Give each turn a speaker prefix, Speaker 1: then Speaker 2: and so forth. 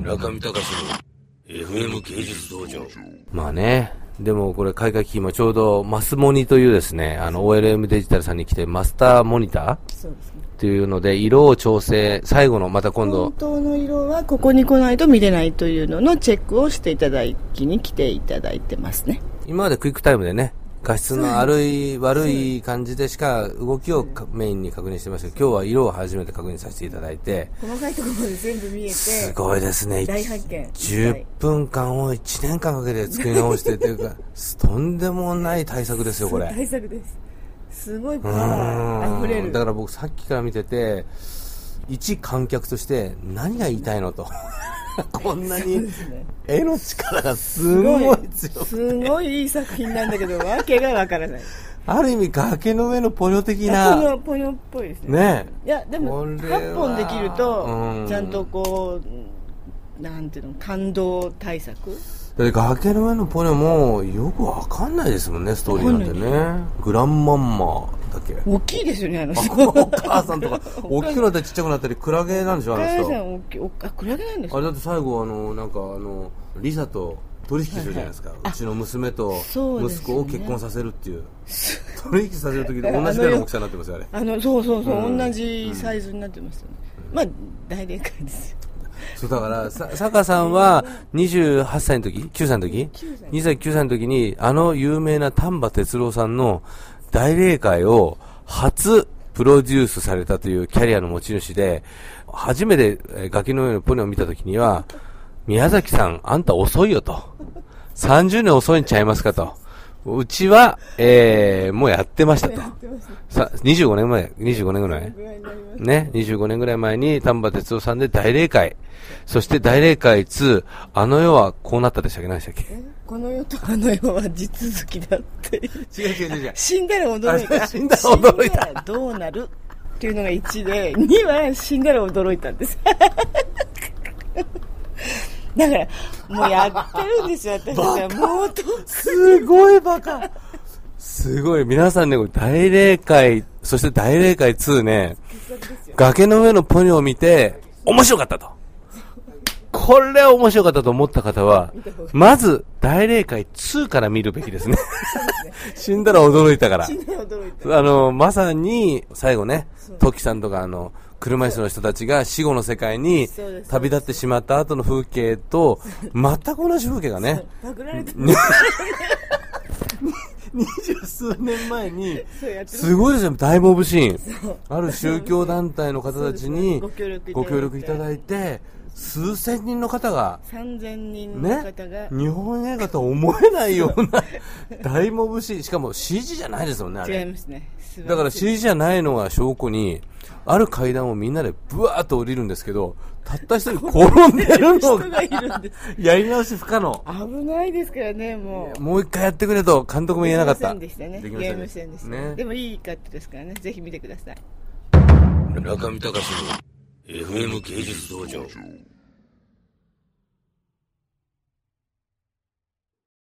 Speaker 1: 中見隆の FM 芸術道場。
Speaker 2: まあね。でもこれ海外機器今ちょうどマスモニというですね、あの OLM デジタルさんに来てマスターモニター
Speaker 3: そうですね
Speaker 2: というので色を調整、最後のまた今
Speaker 3: 本
Speaker 2: 度、
Speaker 3: 当の色はここに来ないと見れないというののチェックをしていただきに来ていただいてますね
Speaker 2: 今までクイックタイムでね、画質の悪い、悪い感じでしか動きをかメインに確認してましたけど、今日は色を初めて確認させていただいて、
Speaker 4: 細かいところまで全部見えて
Speaker 2: すごいですね。
Speaker 4: 大発見
Speaker 2: 10分間を1年間かけて作り直してというか、とんでもない対策ですよ、これ。
Speaker 4: 大作ですすごいパ
Speaker 2: う
Speaker 4: ワーあふれ
Speaker 2: ーん
Speaker 4: る
Speaker 2: だから僕さっきから見てて一観客として何が言いたいの とこんなに絵の力がすごい強い
Speaker 4: すごいいい作品なんだけどわけがわからない
Speaker 2: ある意味崖の上のポニョ的
Speaker 4: こ
Speaker 2: な
Speaker 4: のポニョっぽいですね
Speaker 2: ね
Speaker 4: いやでも
Speaker 2: これは
Speaker 4: 8本できる
Speaker 2: うん
Speaker 4: とちゃんとこうなんていうの感動対策
Speaker 2: だって崖の上のポニョもよくわかんないですもんねストーリーなんてねグランマンマだっ け
Speaker 4: 大きいですよねあの人
Speaker 2: お母さんとか大きくなったりちっちゃくなったりクラゲなんでしょあの
Speaker 4: 母
Speaker 2: 人
Speaker 4: さん大きいおあクラゲなんです
Speaker 2: あ
Speaker 4: か
Speaker 2: れだって最後あのなんかあのリサと取引するじゃないですか、うちの娘と
Speaker 4: そうです
Speaker 2: 息
Speaker 4: ね
Speaker 2: 子を結婚させるっていう取引させる時と同じぐらいの大きさになってますよあれ
Speaker 4: あのそうそうそう、同じサイズになってますよね、まあ大霊界ですよ
Speaker 2: そうだからさ坂さんは28歳の時9歳の時2歳9歳の時にあの有名な丹波哲郎さんの大霊界を初プロデュースされたというキャリアの持ち主で初めてえー崖の上のポニョを見た時には宮崎さんあんた遅いよと30年遅いんちゃいますかとうちは、えー、もうやってましたと。さ、25年前、25年ぐらいね、25年ぐらい前に丹波哲夫さんで大霊界、そして大霊界2、あの世はこうなったでしたっけ何でしたっ
Speaker 4: この世とあの世は地続きだっていう
Speaker 2: け違う違う違う違う。
Speaker 4: 死んだら驚い
Speaker 2: あ
Speaker 4: た
Speaker 2: 死んだら驚いた
Speaker 4: 死んだらどうなるっていうのが1で2は死んだら驚いたんです だからもうやってるんですよ私たちはもうと
Speaker 2: すごいバカすごい。皆さんね、これ大霊界、そして大霊界2ね、崖の上のポニョを見て、面白かったと。これは面白かったと思った方は、まず大霊界2から見るべきですね。 死んだら驚いたから。
Speaker 4: 驚いた
Speaker 2: あの、まさに、最後ね、トキさんとか、あの、車椅子の人たちが死後の世界に
Speaker 4: そうです
Speaker 2: 旅立ってしまった後の風景と、全く同じ風景がね、
Speaker 4: パクられた
Speaker 2: 二十数年前に、
Speaker 4: そうやってる
Speaker 2: すごいですよ、大モブシーン。ある宗教団体の方たちに
Speaker 4: そうです
Speaker 2: ご
Speaker 4: ご
Speaker 2: 協
Speaker 4: 協
Speaker 2: 力
Speaker 4: 力
Speaker 2: い
Speaker 4: い
Speaker 2: た
Speaker 4: た
Speaker 2: だ
Speaker 4: だ
Speaker 2: いて、数千人の方が、
Speaker 4: 3000人の
Speaker 2: ね
Speaker 4: 方が、、
Speaker 2: 日本映画とは思えないような 大モブシーン。しかも CG じゃないですもんね、あれ。
Speaker 4: 違いますね素晴らしい
Speaker 2: だから CG じゃないのが証拠に、ある階段をみんなでブワーッと降りるんですけど、たった一人転んでるの
Speaker 4: 人
Speaker 2: が
Speaker 4: が、いるんです
Speaker 2: やり直し不可能。
Speaker 4: 危ないですからねもう
Speaker 2: もう一回やってくれと監督も言えなかった。
Speaker 4: できませんでしたね
Speaker 2: できま
Speaker 4: ゲ
Speaker 2: せ
Speaker 4: ー
Speaker 2: ん
Speaker 4: ム
Speaker 2: でし
Speaker 4: 戦で
Speaker 2: た
Speaker 4: すね
Speaker 2: ね
Speaker 4: でもいいカットですからねぜひ見てください
Speaker 1: 中見隆の FM 芸術道場。